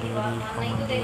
他们的